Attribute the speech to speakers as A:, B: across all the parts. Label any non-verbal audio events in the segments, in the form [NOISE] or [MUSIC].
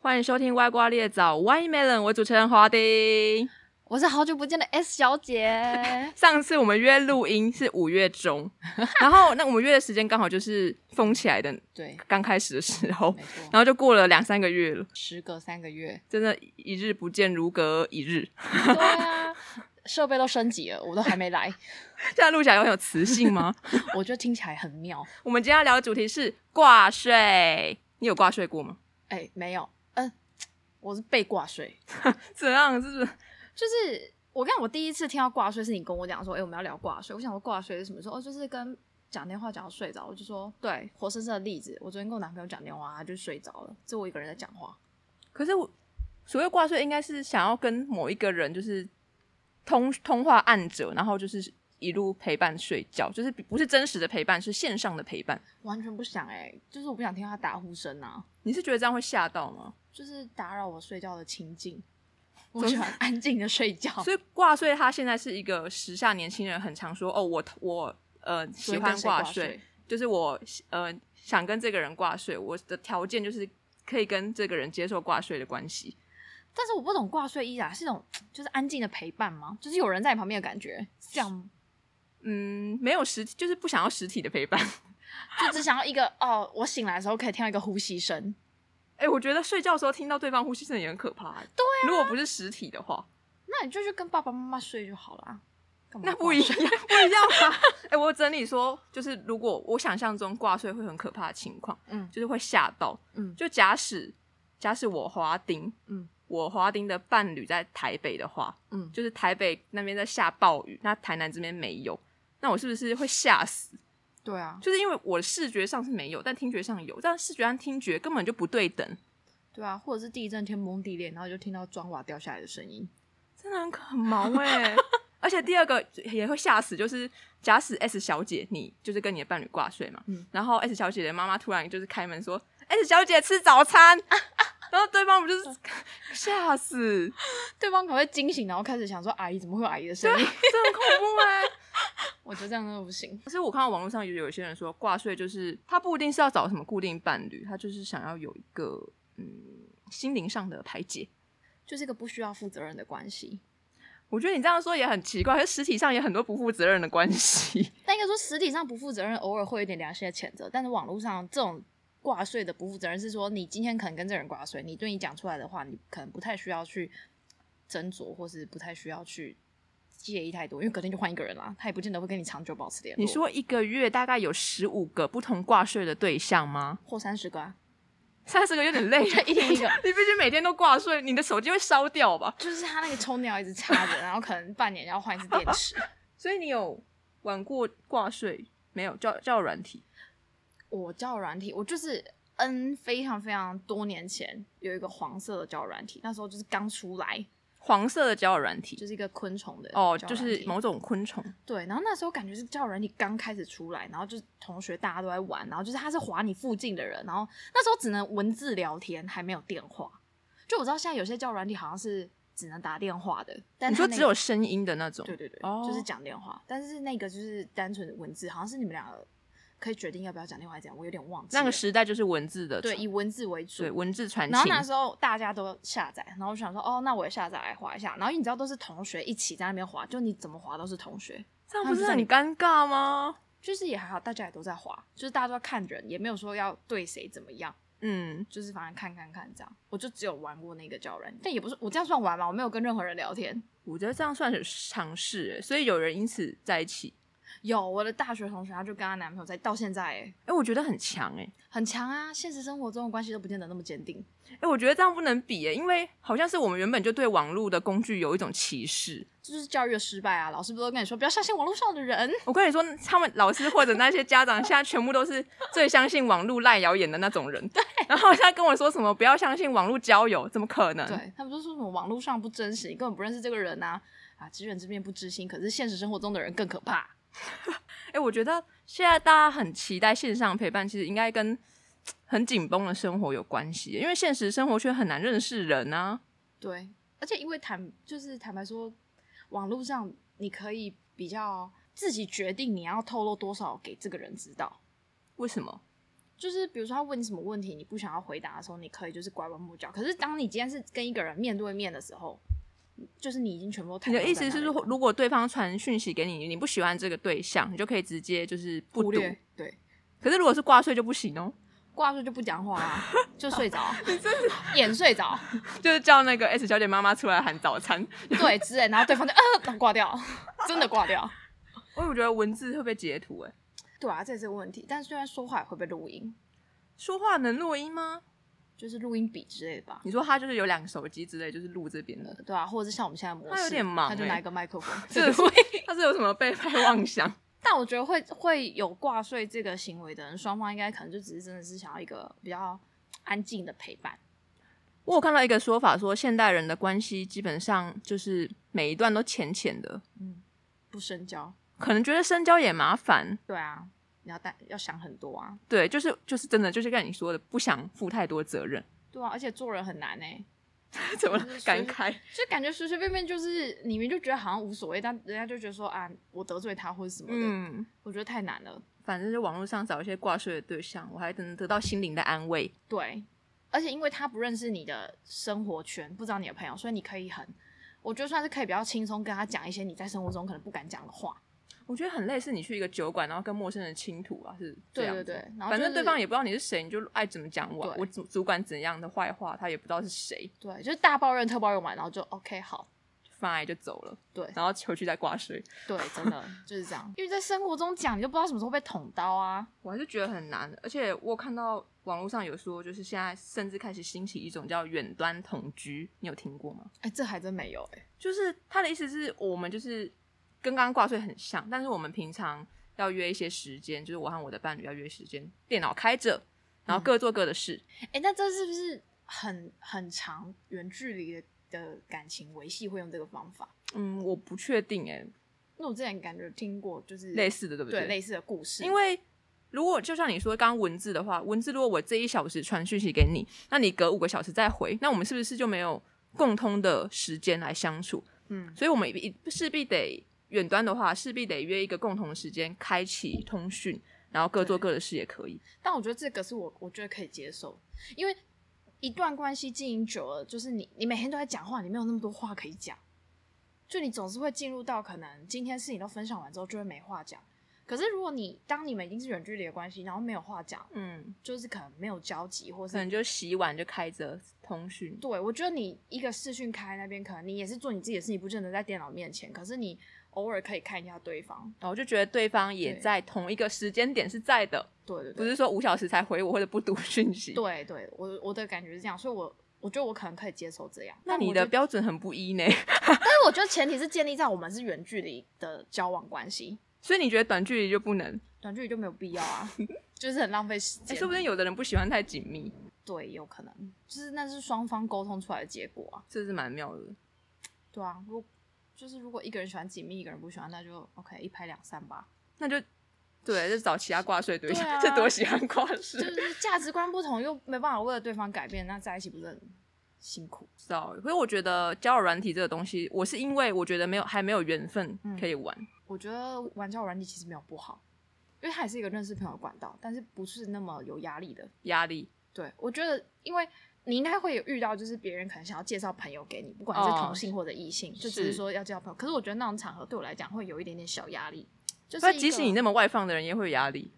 A: 欢迎收听《歪瓜裂枣 Why Melon》，我主持人华丁。，
B: 我是好久不见的 S 小姐
A: [LAUGHS] 上次我们约录音是五月中，然后那我们约的时间刚好就是封起来的
B: 对，
A: 刚开始的时候，
B: 没
A: 然
B: 错，
A: 后就过了两三个月了，，
B: 时隔三个月
A: 真的，一日不见如隔一日。
B: 对啊，设备都升级了，我都还没来，
A: 这样录起来有很有磁性 [LAUGHS] 吗？
B: 我觉得听起来很妙。
A: 我们今天要聊的主题是挂税，你有挂税过吗？
B: 哎、没有，嗯、我是被挂税，
A: 怎样？是不是？
B: 就是我跟你讲我第一次听到挂税是你跟我讲说，哎、我们要聊挂税，我想说挂税是什么？说哦，就是跟讲电话讲到睡着，我就说对，活生生的例子，我昨天跟我男朋友讲电话，他就睡着了，就我一个人在讲话。
A: 可是我所谓挂税，应该是想要跟某一个人就是通通话按着，然后就是一路陪伴睡觉，就是不是真实的陪伴，是线上的陪伴。
B: 完全不想哎、就是我不想听到他打呼声啊，
A: 你是觉得这样会吓到吗？
B: 就是打扰我睡觉的情境。我
A: 总
B: 喜欢安静的睡觉，
A: 所以挂税，它现在是一个时下年轻人很常说哦，我我呃喜欢挂税，，就是我呃想跟这个人挂税，我的条件就是可以跟这个人接受挂税的关系。
B: 但是我不懂挂睡依啊然是一种就是安静的陪伴吗？就是有人在你旁边的感觉，是这样吗
A: 嗯，没有实体，就是不想要实体的陪伴。
B: 就只想要一个哦，我醒来的时候可以听到一个呼吸声，
A: 哎、我觉得睡觉的时候听到对方呼吸声也很可怕、对、如果不是实体的话，
B: 那你就去跟爸爸妈妈睡就好啦。干嘛
A: 那不
B: 挂
A: 一
B: 睡
A: 样，不一样吧？哎、我整理说，就是如果我想象中挂睡会很可怕的情况，
B: 嗯
A: 就是会吓到。
B: 嗯
A: 就假使假使我华丁，
B: 嗯
A: 我华丁的伴侣在台北的话，
B: 嗯，
A: 就是台北那边在下暴雨，那台南这边没有，那我是不是会吓死？
B: 对啊，
A: 就是因为我视觉上是没有，但听觉上有，但视觉和听觉根本就不对等，
B: 对啊，或者是地震天崩地裂，然后就听到砖瓦掉下来的声音。 [LAUGHS]
A: 真的很可很毛哎、而且第二个也会吓死，就是假使 S 小姐你就是跟你的伴侣挂睡嘛，
B: 嗯
A: 然后 S 小姐的妈妈突然就是开门说：“S 小姐吃早餐。然后对方不就是 [LAUGHS] 吓死，
B: 对方可能会惊醒，然后开始想说：“阿姨怎么会有阿姨的声音
A: 这很恐怖哎、？”
B: 我觉得这样真的不行。
A: 可是我看到网络上有有些人说挂睡就是他不一定是要找什么固定伴侣，他就是想要有一个嗯心灵上的排解。
B: 就是一个不需要负责任的关系。
A: 我觉得你这样说也很奇怪，可是实体上也很多不负责任的关系。
B: 但应该说，实体上不负责任，偶尔会有一点良心的谴责，但是网络上这种挂税的不负责任，是说你今天可能跟这个人挂税，你对你讲出来的话，你可能不太需要去斟酌，或是不太需要去介意太多，因为隔天就换一个人啦，他也不见得会跟你长久保持联络。
A: 你说一个月大概有十五个不同挂税的对象吗？
B: 或三十个、啊，
A: 三十个有点累，
B: [LAUGHS] 一天一个
A: 你必须每天都挂税，你的手机会烧掉吧？
B: 就是他那个抽鸟一直插着，然后可能半年要换一次电池。 [LAUGHS]
A: 所以你有玩过挂税没有？叫叫软体，
B: 我交友软体，我就是嗯，非常非常多年前有一个黄色的交友软体，那时候就是刚出来，
A: 黄色的交友软体
B: 就是一个昆虫的
A: 哦，
B: 交
A: 就
B: 友软
A: 是
B: 体
A: 某种昆虫。
B: 对，然后那时候感觉是交友软体刚开始出来，然后就是同学大家都在玩，然后就是他是划你附近的人，然后那时候只能文字聊天，还没有电话。就我知道现在有些交友软体好像是只能打电话的，但
A: 你
B: 他
A: 说
B: 那
A: 只
B: 个
A: 有声音的那种？
B: 对对对，
A: 哦
B: 就是讲电话，但是那个就是单纯的文字，好像是你们两个可以决定要不要讲电话还是怎样，我有点忘记
A: 那个
B: 了
A: 时代就是文字的
B: 对
A: 传
B: 以文字为主
A: 对，文字传
B: 然后
A: 情，
B: 那时候大家都下载，然后我想说哦，那我也下载来划一下，然后你知道都是同学一起在那边划，就你怎么划都是同学，
A: 这样不
B: 他们
A: 是
B: 就在
A: 很
B: 你
A: 尴尬吗？
B: 就是也还好，大家也都在滑，就是大家都在看人，也没有说要对谁怎么样，
A: 嗯，
B: 就是反正看看看这样。我就只有玩过那个叫人，但也不是我这样算玩嘛，我没有跟任何人聊天。
A: 我觉得这样算是尝试欸，所以有人因此在一起。
B: 有我的大学同学，她就跟她男朋友在到现在、欸，
A: 哎、我觉得很强哎、
B: 很强啊，现实生活中的关系都不见得那么坚定。
A: 哎、我觉得这样不能比哎、因为好像是我们原本就对网络的工具有一种歧视。
B: 这就是教育的失败啊！老师不都跟你说不要相信网络上的人？
A: 我跟你说，他们老师或者那些家长现在全部都是最相信网络赖谣言的那种人。对。然后现在跟我说什么不要相信网络交友，怎么可能？。
B: 对他们就说什么网络上不真实，你根本不认识这个人啊！啊，知人知面不知心，可是现实生活中的人更可怕。
A: 哎、我觉得现在大家很期待线上陪伴，其实应该跟很紧绷的生活有关系，因为现实生活圈很难认识人啊。
B: 对，而且因为坦就是坦白说，网络上你可以比较自己决定你要透露多少给这个人知道。
A: 为什么？
B: 就是比如说他问你什么问题，你不想要回答的时候，你可以就是拐弯抹角。可是当你今天是跟一个人面对面的时候，就是你已经全部都
A: 你的意思
B: 袒露在
A: 是
B: 那里
A: 说，如果对方传讯息给你，你不喜欢这个对象，你就可以直接就是不
B: 忽
A: 读。
B: 略对
A: 可是如果是挂睡就不行哦，
B: 挂住就不讲话啊，就睡着，
A: [LAUGHS]
B: 眼睡着，
A: 就是叫那个 S 小姐妈妈出来喊早餐。
B: 对之类，然后对方就呃挂掉，真的挂掉。
A: 我有觉得文字会被截图、欸，哎，
B: 对啊，这是个问题。但虽然说话也会被录音，
A: 说话能录音吗？
B: 就是录音笔之类的吧。
A: 你说他就是有两个手机之类，就是录这边
B: 呃
A: 的，
B: 对啊，或者是像我们现在的模式，
A: 他有点忙
B: 他就
A: 欸
B: 拿一个麦克
A: [LAUGHS]
B: 风，
A: 这
B: 对对对
A: 他是有什么被害妄想？
B: 但我觉得会会有挂睡这个行为的人，双方应该可能就只是真的是想要一个比较安静的陪伴。
A: 我有看到一个说法说，现代人的关系基本上就是每一段都浅浅的，
B: 嗯，不深交。
A: 可能觉得深交也麻烦，
B: 对啊，你要带要想很多啊。
A: 对，就是就是真的就是像你说的，不想负太多责 [LAUGHS] 任。
B: 对啊，而且做人很难哎、
A: 怎么了
B: 就是？随
A: 感慨？
B: 就感觉随随便便就是你们就觉得好像无所谓，但人家就觉得说啊，我得罪他或者什么的，
A: 嗯，
B: 我觉得太难了。
A: 反正就网络上找一些挂睡的对象，我还能得到心灵的安慰。
B: 对，而且因为他不认识你的生活圈，不知道你的朋友，所以你可以很，我觉得算是可以比较轻松跟他讲一些你在生活中可能不敢讲的话。
A: 我觉得很类似你去一个酒馆，然后跟陌生人倾吐啊，是这
B: 对
A: 样
B: 对
A: 子。
B: 对，然后、
A: 反正对方也不知道你是谁，你就爱怎么讲我啊，
B: 对
A: 我主主管怎样的坏话，他也不知道是谁，
B: 对，就是大抱怨特抱怨完，然后就 OK 好，
A: 翻来就走了，
B: 对
A: 然后回去再挂睡。
B: 对，真
A: [LAUGHS]
B: 的就是这样。因为在生活中讲，你就不知道什么时候被捅刀啊。
A: 我还是觉得很难，而且我有看到网络上有说，就是现在甚至开始兴起一种叫远端同居，你有听过吗？
B: 哎，这还真没有哎、
A: 就是他的意思是我们就是跟刚刚挂睡很像，但是我们平常要约一些时间，就是我和我的伴侣要约时间，电脑开着，然后各做各的事。
B: 哎，那这是不是很很长远距离的的感情维系会用这个方法？
A: 嗯，我不确定欸诶、
B: 因为我之前感觉听过，就是
A: 类似的对不
B: 对类似的故事，
A: 因为如果就像你说刚刚文字的话，文字如果我这一小时传讯息给你，那你隔五个小时再回，那我们是不是就没有共通的时间来相处？
B: 嗯
A: 所以我们一势必得远端的话，势必得约一个共同的时间开启通讯，然后各做各的事也可以。
B: 但我觉得这个是我我觉得可以接受，因为一段关系经营久了，就是你你每天都在讲话，你没有那么多话可以讲，就你总是会进入到可能今天事情都分享完之后就会没话讲。可是如果你当你们已经是远距离的关系，然后没有话讲，
A: 嗯，
B: 就是可能没有交集，或
A: 可
B: 是
A: 能就洗碗就开着通讯，
B: 对我觉得你一个视讯开那边，可能你也是做你自己的事，你不见得在电脑面前，可是你偶尔可以看一下对方。
A: 然后就觉得对方也
B: 对
A: 在同一个时间点是在的，
B: 对对对，
A: 不是说五小时才回我或者不读讯息。，
B: 对对，我我的感觉是这样，所以我我觉得我可能可以接受这样。
A: 那
B: 但
A: 你
B: 我觉
A: 的
B: 得
A: 标准很不一呢。
B: 但是我觉得前提是建立在我们是远距离的交往关系，
A: 所以你觉得短距离就不能？
B: 短距离就没有必要啊，就是很浪费时
A: 哎、
B: 间。
A: 说不定有的人不喜欢太紧密，
B: 对，有可能就是那是双方沟通出来的结果啊。
A: 这是蛮妙的。
B: 对啊，如果就是如果一个人喜欢紧密，一个人不喜欢，那就 OK 一拍两散吧。
A: 那就对，就找其他挂睡对象，
B: 对
A: [LAUGHS]
B: 啊
A: 这多喜欢挂
B: 就
A: 睡。
B: 是价值观不同，又没办法为了对方改变，那在一起不是很辛苦？
A: 知道，所以我觉得交友软体这个东西，我是因为我觉得没有还没有缘分
B: 嗯
A: 可以玩，
B: 我觉得玩交友软体其实没有不好，因为它也是一个认识朋友的管道，但是不是那么有压力的。
A: 压、力
B: 对，我觉得因为你应该会有遇到，就是别人可能想要介绍朋友给你，不管是
A: 哦
B: 同性或者异性，就只是
A: 是
B: 说要介绍朋友。可是我觉得那种场合对我来讲会有一点点小压力，就是
A: 那
B: 一个
A: 即使你那么外放的人也会有压力。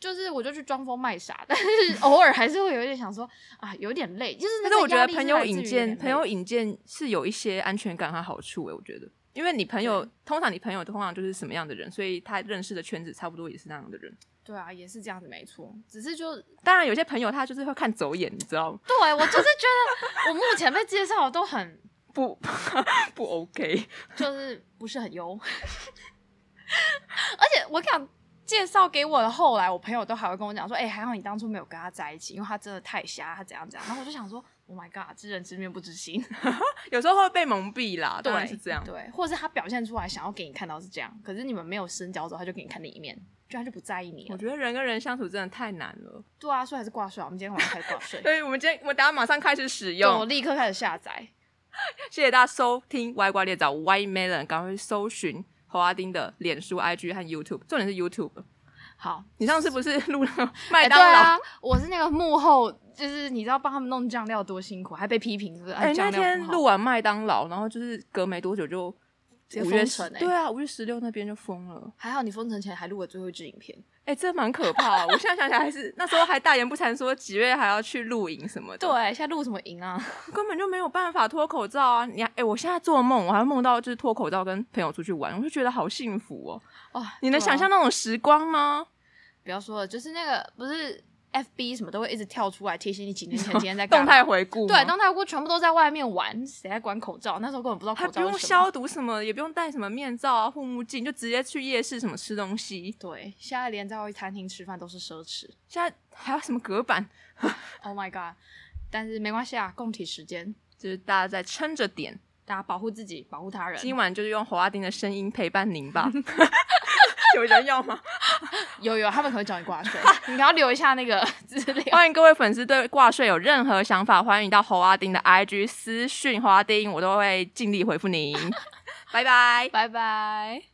B: 就是我就去装疯卖傻，但是偶尔还是会有一点想说啊，有点累，就是那
A: 但
B: 个
A: 是我觉
B: 压
A: 得
B: 力
A: 朋
B: 是
A: 友
B: 来自于
A: 引
B: 有
A: 荐，
B: 点
A: 朋友
B: 累
A: 引荐是有一些安全感和好处诶、我觉得，因为你朋友通常你朋友通常就是什么样的人，所以他认识的圈子差不多也是那样的人。
B: 对啊，也是这样子没错，只是就
A: 当然，有些朋友他就是会看走眼，你知道吗？
B: 对我就是觉得我目前被介绍的都很
A: 不 [LAUGHS] 不 OK，
B: 就是不是很优， [LAUGHS] 而且我想介绍给我的，后来我朋友都还会跟我讲说，哎、还好你当初没有跟他在一起，因为他真的太瞎，他怎样怎样。然后我就想说，Oh my god，知人知面不
A: [LAUGHS]
B: 知心，
A: 有时候会被蒙蔽啦，当然
B: 对，
A: 是这样。
B: 对，或者是他表现出来想要给你看到是这样，可是你们没有深交之后，他就给你看另一面，就他就不在意你
A: 我
B: 了。
A: 觉得人跟人相处真的太难了，
B: 对啊，所以还是挂睡啊，我们今天晚上开始挂
A: [LAUGHS]
B: 睡，
A: 所以我们今天我们等一下马上开始使
B: 对我
A: 用。
B: 立刻开始下载。
A: 谢谢大家收听歪瓜猎枣 Y Melon，赶快去搜寻侯阿丁的脸书、IG 和 YouTube，重点是 YouTube。
B: 好，
A: 你上次不是录了
B: 哎
A: 麦当
B: 对
A: 劳？
B: 啊，我是那个幕后，就是你知道帮他们弄酱料多辛苦，还被批评是不是？
A: 哎、
B: 哎，
A: 那
B: 酱料
A: 天
B: 不好
A: 录完麦当劳，然后就是隔没多久就
B: 直接
A: 五
B: 封
A: 月十、
B: 城哎
A: 对啊，五月十六那边就封了。
B: 还好你封城前还录了最后一支影片。
A: 哎、这蛮可怕、我现在想起来还是 [LAUGHS] 那时候还大言不惭说几月还要去露营什么的，
B: 对，，现在录什么营 [LAUGHS] 啊？
A: 根本就没有办法脱口罩啊！你哎、我现在做梦，我还梦到就是脱口罩跟朋友出去玩，我就觉得好幸福哦。
B: 哦，
A: 你能
B: 对啊
A: 想象那种时光吗？
B: 不要说了，就是那个不是 FB 什么都会一直跳出来提醒你几年前今天在干
A: 动
B: 嘛
A: 态回顾吗，
B: 对啊动态屋全部都在外面玩，谁在管口罩？那时候根本不知道
A: 还
B: 口
A: 不
B: 罩
A: 用
B: 是什么。
A: 消毒什么，也不用戴什么面罩啊、护目镜，就直接去夜市什么吃东西。
B: 对，现在连在餐厅吃饭都是奢侈。
A: 现在还有什么隔板？
B: Oh my god！但是没关系啊，共体时间，
A: 就是大家在撑着点，
B: 大家保护自己，保护他人。
A: 今晚就是用华丁的声音陪伴您
B: [LAUGHS]
A: 吧。 [LAUGHS] 有人要吗？
B: 有有，他们可能会找你
A: [LAUGHS]
B: 挂水，你要留一下那个资料。
A: 欢迎各位粉丝对挂税有任何想法，欢迎到侯阿丁的 IG [LAUGHS] 私讯侯阿丁，我都会尽力回复您。拜拜。
B: 拜拜。